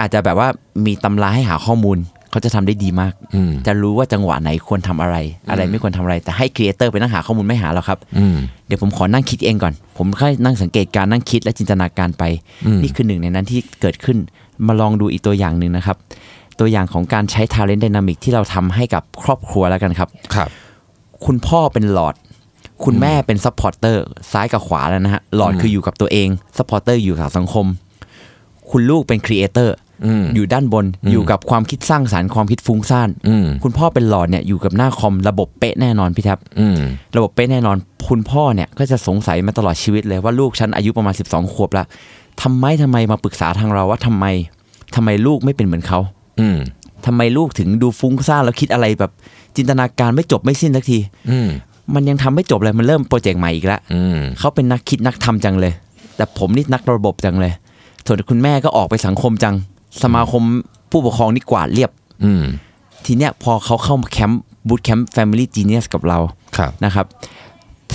อาจจะแบบว่ามีตำราให้หาข้อมูลเขาจะทำได้ดีมาก
อืม
จะรู้ว่าจังหวะไหนควรทำอะไร อะไรไม่ควรทำอะไรแต่ให้ครีเอเตอร์ไปนั่งหาข้อมูลไม่หาหรอกครับ
อืม
เดี๋ยวผมขอนั่งคิดเองก่อน ผมแค่นั่งสังเกตการณ์นั่งคิดและจินตนาการไป นี่คือหนึ่งในนั้นที่เกิดขึ้น มาลองดูอีกตัวอย่างหนึ่งนะครับ ตัวอย่างของการใช้ Talent Dynamic ที่เราทำให้กับครอบครัวแล้วกันครับ
ครับ
คุณพ่อเป็นหลอด คุณแม่เป็นซัพพอร์เตอร์ซ้ายกับขวาแล้วนะฮะ หลอดคืออยู่กับตัวเองซัพพอร์เตอร์อยู่กับสังคม คุณลูกเป็นครีเอเตอร์
อืม
อยู่ด้านบน อยู่กับความคิดสร้างสารรค์ความคิดฟุ้งซ่าน
อืม
คุณพ่อเป็นหลอดเนี่ยอยู่กับหน้าคอมระบบเป๊ะแน่นอนพี่แท็บ
อืม
ระบบเป๊ะแน่นอน คุณพ่อเนี่ยก็จะสงสัยมาตลอดชีวิตเลยว่าลูกฉันอายุประมาณ 12 ขวบละทำไมทำไมมาปรึกษาทางเราว่าทำไมทำไมลูกไม่เป็นเหมือนเขา
อืม
ทำไมลูกถึงดูฟุ้งซ่านแล้วคิดอะไรแบบ จินตนาการไม่จบไม่สิ้นสักที
อืม
มันยังทำไม่จบเลยมันเริ่มโปรเจกต์ใหม่อีกละ
อืม
เขาเป็นนักคิดนักทำจังเลย แต่ผมนี่นักระบบจังเลย ส่วนคุณแม่ก็ออกไปสังคมจัง สมาคมผู้ปกครองนี่กวาดเรียบ
อืม
ทีเนี้ยพอเขาเข้าแคมป์บูตแคมป์ Family Genius กับเรา
ครับ
นะครับ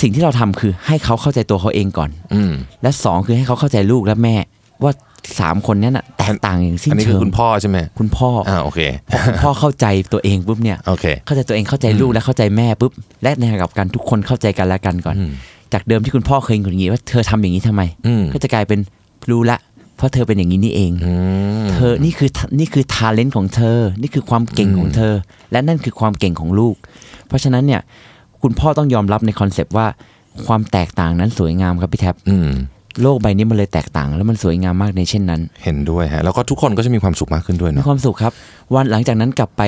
สิ่งที่เราทำคือให้เขาเข้าใจตัวเขาเองก่อน
อืม
และสองคือให้เขาเข้าใจลูกและแม่ ว่าสามคนนั้นน่ะแตกต่างอย่างสิ้น
อันนี้คื
เชิ
อง คุณพ่อใช่ไหม
คุณพ่ออ
อ่าโอเค
พอ [LAUGHS] คุณพ่อเข้าใจตัวเองปุ๊บเนี่ย
โอเค
เข้าใจตัวเองเข้าใจลูกและเข้าใจแม่ปุ๊บและในทางกลับกันทุกคนเข้าใจกันและกันก่อน จากเดิมที่คุณพ่อเคยหงุดหงิดว่าเธอทำอย่างนี้ทำไม
อืม
ก็จะกลายเป็นรู้ละ เพราะเธอเป็นอย่างนี้นี่เอง
อืม
เธอ นี่คือ นี่คือทาเลนต์ของเธอ นี่คือความเก่งของเธอ และนั่นคือความเก่งของลูก เพราะฉะนั้นเนี่ย คุณพ่อต้องยอมรับในคอนเซปต์ว่า ความแตกต่างนั้นสวยงามครับพี่แท็บ
อืม
โลกใบนี้มันเลยแตกต่าง แล้วมันสวยงามมากในเช่นนั้น
เห็นด้วยฮะ แล้วก็ทุกคนก็จะมีความสุขมากขึ้นด้วย
มี
เนาะ
ความสุขครับ วันหลังจากนั้นกลับไป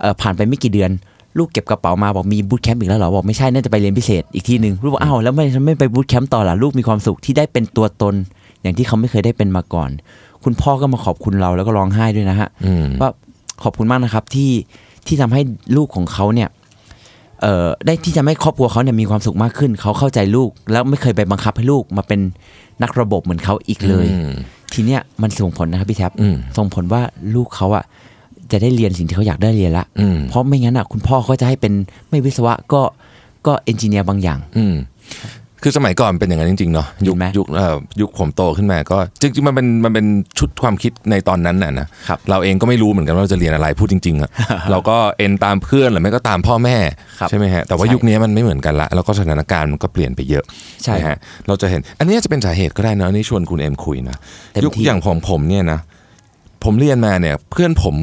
เอ่อผ่านไปไม่กี่เดือน ลูกเก็บกระเป๋ามาบอกมีบูตแคมป์อีกแล้วเหรอ บอกไม่ใช่ น่าจะไปเรียนพิเศษอีกที่หนึ่งลูกบอกอ้าวแล้วไม่ทำไมไม่ไปบูตแคมป์ต่อล่ะ ลูกมีความสุขที่ได้เป็นตัวตน อย่างที่เขาไม่เคยได้เป็นมาก่อน คุณพ่อก็มาขอบคุณเราแล้วก็ร้องไห้ด้วยนะฮะ
อืม
ว่าขอบคุณมากนะครับที่ที่ทำให้ลูกของเขาเนี่ยเอ่อได้ที่ทำให้ครอบครัวเขาเนี่ยมีความสุขมากขึ้น เขาเข้าใจลูก แล้วไม่เคยไปบังคับให้ลูกมาเป็นนักระบบเหมือนเขาอีกเลย
อืม
ทีเนี้ยมันส่งผลนะครับพี่แท็บ
อืม
ส่งผลว่าลูกเขาอะจะได้เรียนสิ่งที่เขาอยากได้เรียนละ
อืม
เพราะไม่งั้นอะคุณพ่อเขาจะให้เป็นไม่วิศวะก็ก็เอนจิเนียร์บางอย่าง
อืม คือสมัยก่อนเป็นอย่างนั้นจริงๆเนาะ ยุค
เห็นไหม
ยุคเอ่อยุคผมโตขึ้นมาก็ จริงๆมันเป็น มันเป็นชุดความคิดในตอนนั้นน่ะนะ
ครับ
เราเองก็ไม่รู้เหมือนกันว่าเราจะเรียนอะไร พูดจริงๆอะ เราก็เอ็นตามเพื่อนหรือไม่ก็ตามพ่อแม่
ครับ
ใช่ไหมฮะ แต่ว่า
ใช่
ยุคนี้มันไม่เหมือนกันละ แล้วก็สถานการณ์มันก็เปลี่ยนไปเยอะ
ใช่
นะฮะเราจะเห็น อันนี้จะเป็นสาเหตุก็ได้นะอันนี่ชวนคุณเอ็มคุยนะ
เต็มที่
ยุคอย่างของผมเนี่ยนะ ผมเรียนมาเนี่ย เพื่อนผม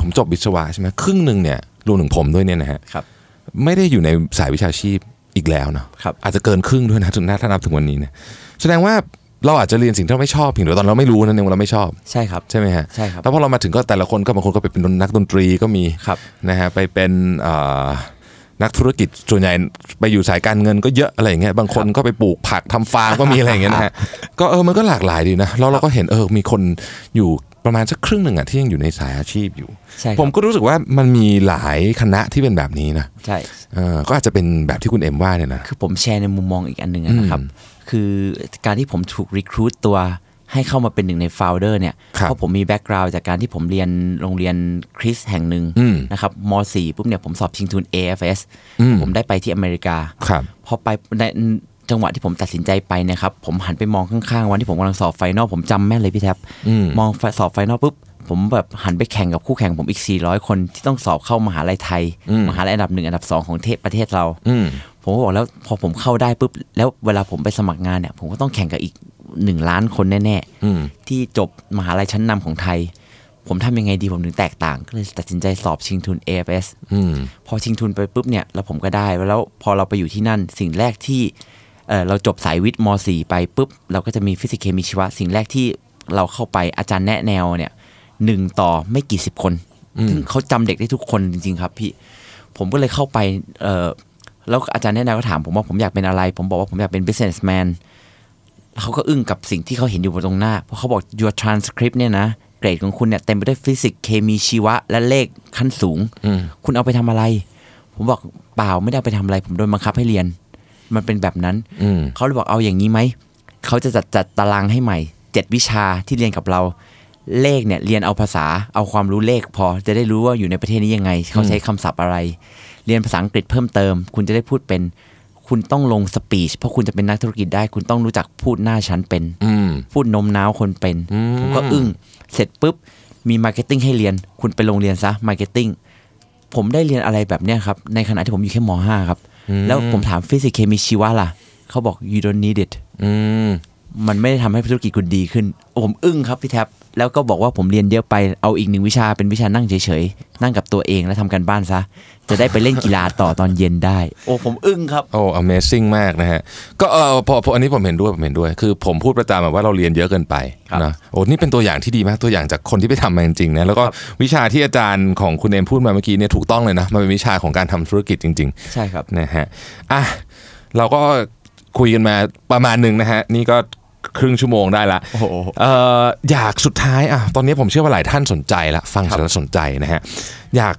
ผมจบวิศวะใช่ไหมครึ่งหนึ่งเนี่ยรวมถึงผมด้วยเนี่ยนะฮะ
ครับ
ไม่ได้อยู่ในสายวิชาชีพอีกแล้วเนาะ
ครับ
อาจจะเกินครึ่งด้วยนะถึงน่าถ้านับถึงวันนี้เนี่ยแสดงว่าเราอาจจะเรียนสิ่งที่เราไม่ชอบเพียงแต่ตอนเราไม่รู้นั่นเองว่าเราไม่ชอบ
ใช่ครับ
ใช่ไหมฮะ
ใช่ครับ
แล้วพอเรามาถึงก็แต่ละคนก็บางคนก็ไปเป็นนักดนตรีก็มี
ครับ
นะฮะไปเป็นเอ่อนักธุรกิจส่วนใหญ่ไปอยู่สายการเงินก็เยอะอะไรอย่างเงี้ยบางคนก็ไปปลูกผักทำฟาร์มก็มี อะไรอย่างเงี้ยนะฮะก็เออมันก็หลากหลายดีนะแล้วเราก็เห็นเออมีคนอยู่ประมาณสักครึ่งหนึ่งอ่ะที่ยังอยู่ในสายอาชีพอยู่
ใช่ครับ
ผมก็รู้สึกว่ามันมีหลายคณะที่เป็นแบบนี้นะ
ใช่
เออก็อาจจะเป็นแบบที่คุณเอ็มว่าเนี่ยนะ
คือผมแชร์ในมุมมองอีกอันหนึ่งอะนะครับ คือการที่ผมถูกรีครูตตัวให้เข้ามาเป็นหนึ่งในโฟลเดอร์เนี่ย
ครับ
เพราะผมมีแบ็กกราวด์จากการที่ผมเรียนโรงเรียนคริสต์แห่งหนึ่ง
อืม
นะครับม .4 ปุ๊บเนี่ยผมสอบชิงทุน AFS
อืม
ผมได้ไปที่อเมริกา
ครับ
พอไปในจังหวะที่ผมตัดสินใจไปเนะครับ ผมหันไปมองข้างๆ วันที่ผมกำลังสอบไฟนอลผมจำแม่นเลยพี่แท็บมองสอบไฟนอลปุ๊บ ผมแบบหันไปแข่งกับคู่แข่งผมอีก 400 คนที่ต้องสอบเข้ามหาลัยไทย มหาลัยอันดับหนึ่งอันดับสองของเทศประเทศเรา
อืม
ผมก็บอกแล้วพอผมเข้าได้ปุ๊บ แล้วเวลาผมไปสมัครงานเนี่ย ผมก็ต้องแข่งกับอีกหนึ่งล้านคนแน่
อืม
ๆ ที่จบมหาลัยชั้นนำของไทย ผมทำยังไงดีผมถึงแตกต่าง ก็เลยตัดสินใจสอบชิงทุน AFS
อืม
พอชิงทุนไปปุ๊บเนี่ยแล้วผมก็ได้แล้วพอเราไปอยู่ที่นั่นสิ่งแรกที่เอ่อเราจบสายวิทย์ม .4 ไปปุ๊บ เราก็จะมีฟิสิกส์เคมีชีวะ สิ่งแรกที่เราเข้าไปอาจารย์แนะแนวเนี่ยหนึ่งต่อไม่กี่สิบคนซึ่งเขาจำเด็กได้ทุกคนจริงๆครับพี่ ผมก็เลยเข้าไปเอ่อแล้วอาจารย์แนะแนวก็ถามผมว่าผมอยากเป็นอะไร ผมบอกว่าผมอยากเป็น businessman เขาก็อึ้งกับสิ่งที่เขาเห็นอยู่บนตรงหน้า เพราะเขาบอก your transcript เนี่ยนะ เกรดของคุณเนี่ยเต็มไปด้วยฟิสิกส์ เคมีชีวะ และเลขขั้นสูง คุณเอาไปทำอะไร ผมบอกเปล่าไม่ได้เอาไปทำอะไร ผมโดนบังคับให้เรียน มันเป็นแบบนั้น
อืม
เขาเลยบอกเอาอย่างนี้ไหม เขาจะจัดจัดตารางให้ใหม่เจ็ดวิชาที่เรียนกับเรา เลขเนี่ยเรียนเอาภาษาเอาความรู้เลขพอจะได้รู้ว่าอยู่ในประเทศนี้ยังไง เขาใช้คำศัพท์อะไร เรียนภาษาอังกฤษเพิ่มเติม คุณจะได้พูดเป็น คุณต้องลงสปีชเพราะคุณจะเป็นนักธุรกิจได้ คุณต้องรู้จักพูดหน้าชั้นเป็น
อืม
พูดโน้มน้าวคนเป็น ผมก็อึ้ง เสร็จปุ๊บ มีมาร์เก็ตติ้งให้เรียน คุณไปโรงเรียนซะมาร์เก็ตติ้งผมได้เรียนอะไรแบบเนี้ยครับ ในขณะที่ผมอยู่แค่ม .5 ครับ แล้วผมถามฟิสิกส์เคมีชีวะล่ะ เขาบอก you don't need it
อืม
มันไม่ได้ทำให้ธุรกิจคุณดีขึ้น ผมอึ้งครับพี่แท็บ แล้วก็บอกว่าผมเรียนเยอะไป เอาอีกหนึ่งวิชาเป็นวิชานั่งเฉยๆ นั่งกับตัวเองแล้วทำการบ้านซะ จะได้ไปเล่นกีฬาต่อตอนเย็นได้ โอ้ผมอึ้งครับ
โอ้ Amazing มากนะฮะ ก็เออพอพออันนี้ผมเห็นด้วยผมเห็นด้วย คือผมพูดประจำอะว่าเราเรียนเยอะเกินไป
ครับ
นะโอ้นี่เป็นตัวอย่างที่ดีมากตัวอย่างจากคนที่ไปทำมาจริงๆนะแล้วก็วิชาที่อาจารย์ของคุณเอมพูดมาเมื่อกี้เนี่ยถูกต้องเลยนะมันเป็นวิชาของการทำธุรกิจจริงๆ
ใช่ครับ
นะฮะอ่ะเราก็คุยกันมาประมาณหนึ่งนะฮะ นี่ก็ครึ่งชั่วโมงได้ละ
โอ้โห
เอ่ออยากสุดท้ายอ่ะตอนนี้ผมเชื่อว่าหลายท่านสนใจละฟังเสร็จแล้วสนใจนะฮะ อยาก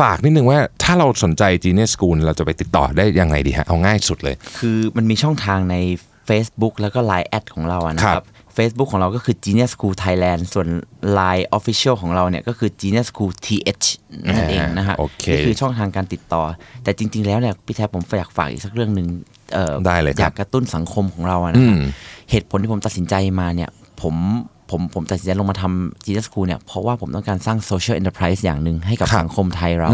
ฝากนิดนึงว่าถ้าเราสนใจ Genius School เราจะไปติดต่อได้ยังไงดีฮะ เอาง่ายสุดเลย
คือมันมีช่องทางใน Facebook แล้วก็ Line แอดของเราอะนะค
ครั
รับ
บ
Facebook ของเราก็คือ Genius School Thailand ส่วน Line Official ของเราเนี่ยก็คือ Genius School TH นั่นเองนะฮะ
อ่าโอเค
นี่คือช่องทางการติดต่อ แต่จริง ๆ แล้วเนี่ยพี่แทบผมอยากฝากอีกสักเรื่องหนึ่งเอ่อ
ได้เลยครับ
อยากกระตุ้นสังคมของเราอะนะครับ เหตุผลที่ผมตัดสินใจมาเนี่ยผมผมผมตัดสินใจลงมาทำ Genius School เนี่ยเพราะว่าผมต้องการสร้าง Social Enterprise อย่างหนึ่งให้กับสังคมไทยเรา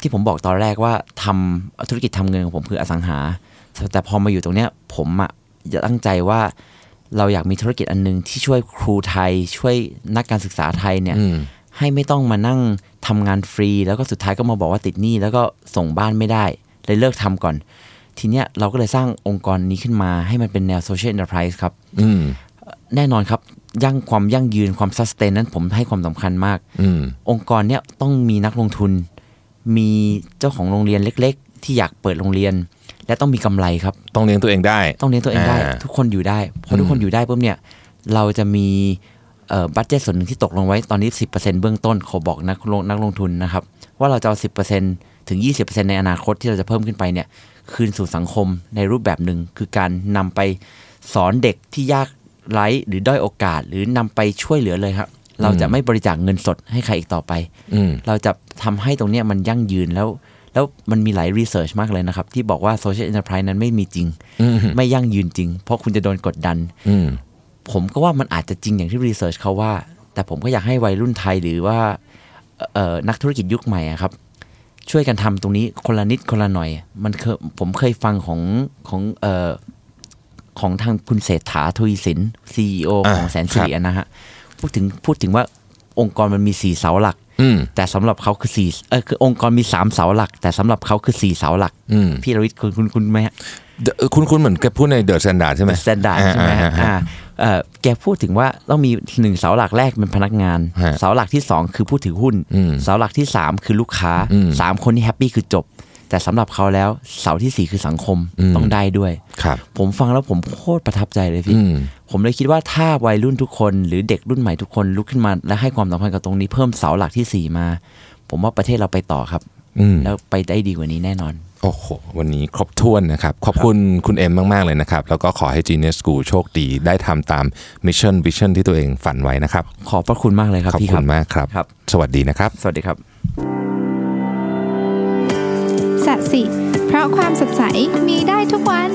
ที่ผมบอกตอนแรกว่าทำธุรกิจทำเงินของผมคืออสังหา แต่แต่พอมาอยู่ตรงเนี้ยผมอะอยากตั้งใจว่าเราอยากมีธุรกิจอันหนึงที่ช่วยครูไทย ช่วยนักการศึกษาไทยเนี่ยให้ไม่ต้องมานั่งทำงานฟรี แล้วก็สุดท้ายก็มาบอกว่าติดหนี้แล้วก็ส่งบ้านไม่ได้เลยเลิกทำก่อน ทีเนี้ยเราก็เลยสร้างองค์กรนี้ขึ้นมาให้มันเป็นแนวโซเชียล n อน e r p ร i s e ครับ
อืม
แน่นอนครับยั่งความยั่งยืนความซัสเตนนั้นผมให้ความสำคัญมาก
อืม
องค์กรเนี่ยต้องมีนักลงทุน มีเจ้าของโรงเรียนเล็ก ๆ ที่อยากเปิดโรงเรียน และต้องมีกำไรครับ
ต้องเลี้ยงตัวเองได้
ต้องเลี้ยงตัวเองได้
อ่า
ทุกคนอยู่ได้พอทุกคนอยู่ได้ปุ๊บเนี่ยเราจะมีเอ่อบัตเจตส่วนหนึ่งที่ตกลงไว้ตอนนี้ 10%เบื้องต้นขอบอกนักลงนักลงทุนนะครับ ว่าเราจะเอา 10%ถึง 20%ในอนาคตที่เราจะเพิ่มขึ้นไปเนี่ยคืนสู่สังคมในรูปแบบหนึ่งคือการนำไปสอนเด็กที่ยากไร้หรือด้อยโอกาส หรือนำไปช่วยเหลือเลยครับเราจะไม่บริจาคเงินสดให้ใครอีกต่อไป
อืม
เราจะทำให้ตรงเนี้ยมันยั่งยืนแล้ว แล้วมันมีหลายรีเสิร์ชมากเลยนะครับ ที่บอกว่าโซเชียล n อน e r p r ร s e นั้นไม่มีจริง ไม่ยั่งยืนจริง เพราะคุณจะโดนกดดัน
อืม
ผมก็ว่ามันอาจจะจริงอย่างที่รีเสิร์ชเขาว่า แต่ผมก็อยากให้วัยรุ่นไทยหรือว่าเอ่อนักธุรกิจยุคใหม่อะครับ ช่วยกันทำตรงนี้คนละนิดคนละหน่อย มันเคยผมเคยฟังของของเอ่อของทางคุณเศรษฐาทวีสินซีอของ
อ่า
แสนสิริอะนะฮะพูดถึงพูดถึงว่าองค์กรมันมีสี่เสาหลัก
อืม
แต่สำหรับเขาคือสี่เออคือองค์กรมีสามเสาหลัก แต่สำหรับเขาคือสี่เสาหลัก
อืม
พี่รวิทย์คุณคุณคุณไหมฮะ
เดอะคุณคุณเหมือนกับพูดในเดอะสแตนดาร์ดใช่ไหม
สแตนดาร์ดใช่ไหมฮะ
อ่า
อ่าเอ่อแกพูดถึงว่าต้องมีหนึ่งเสาหลักแรกเป็นพนักงาน
ฮะ
เสาหลักที่สองคือผู้ถือหุ้น
อืม
เสาหลักที่สามคือลูกค้า
อืม
สามคนที่แฮปปี้คือจบ แต่สำหรับเขาแล้วเสาที่สี่คือสังคม
อืม
ต้องได้ด้วย
ครับ
ผมฟังแล้วผมโคตรประทับใจเลยพี่
อืม
ผมเลยคิดว่าถ้าวัยรุ่นทุกคนหรือเด็กรุ่นใหม่ทุกคนลุกขึ้นมา และให้ความสำคัญกับตรงนี้เพิ่มเสาหลักที่สี่มา ผมว่าประเทศเราไปต่อครับ
อืม
แล้วไปได้ดีกว่านี้แน่นอน
โอ้โห วันนี้ครบถ้วนนะครับ ขอบคุณคุณเอ็มมาก ๆ เลยนะครับ แล้วก็ขอให้ Genius School โชคดีได้ทำตามมิชชั่นวิชั่นที่ตัวเองฝันไว้นะครับ
ขอบพระคุณมากเลยครับ
ขอบ
พี่ค
คุ
รับ
ณมากครับ
ครับ
สวัสดีนะครับ
สวัสดีครับ
สัสิ เพราะความสดใสมีได้ทุกวัน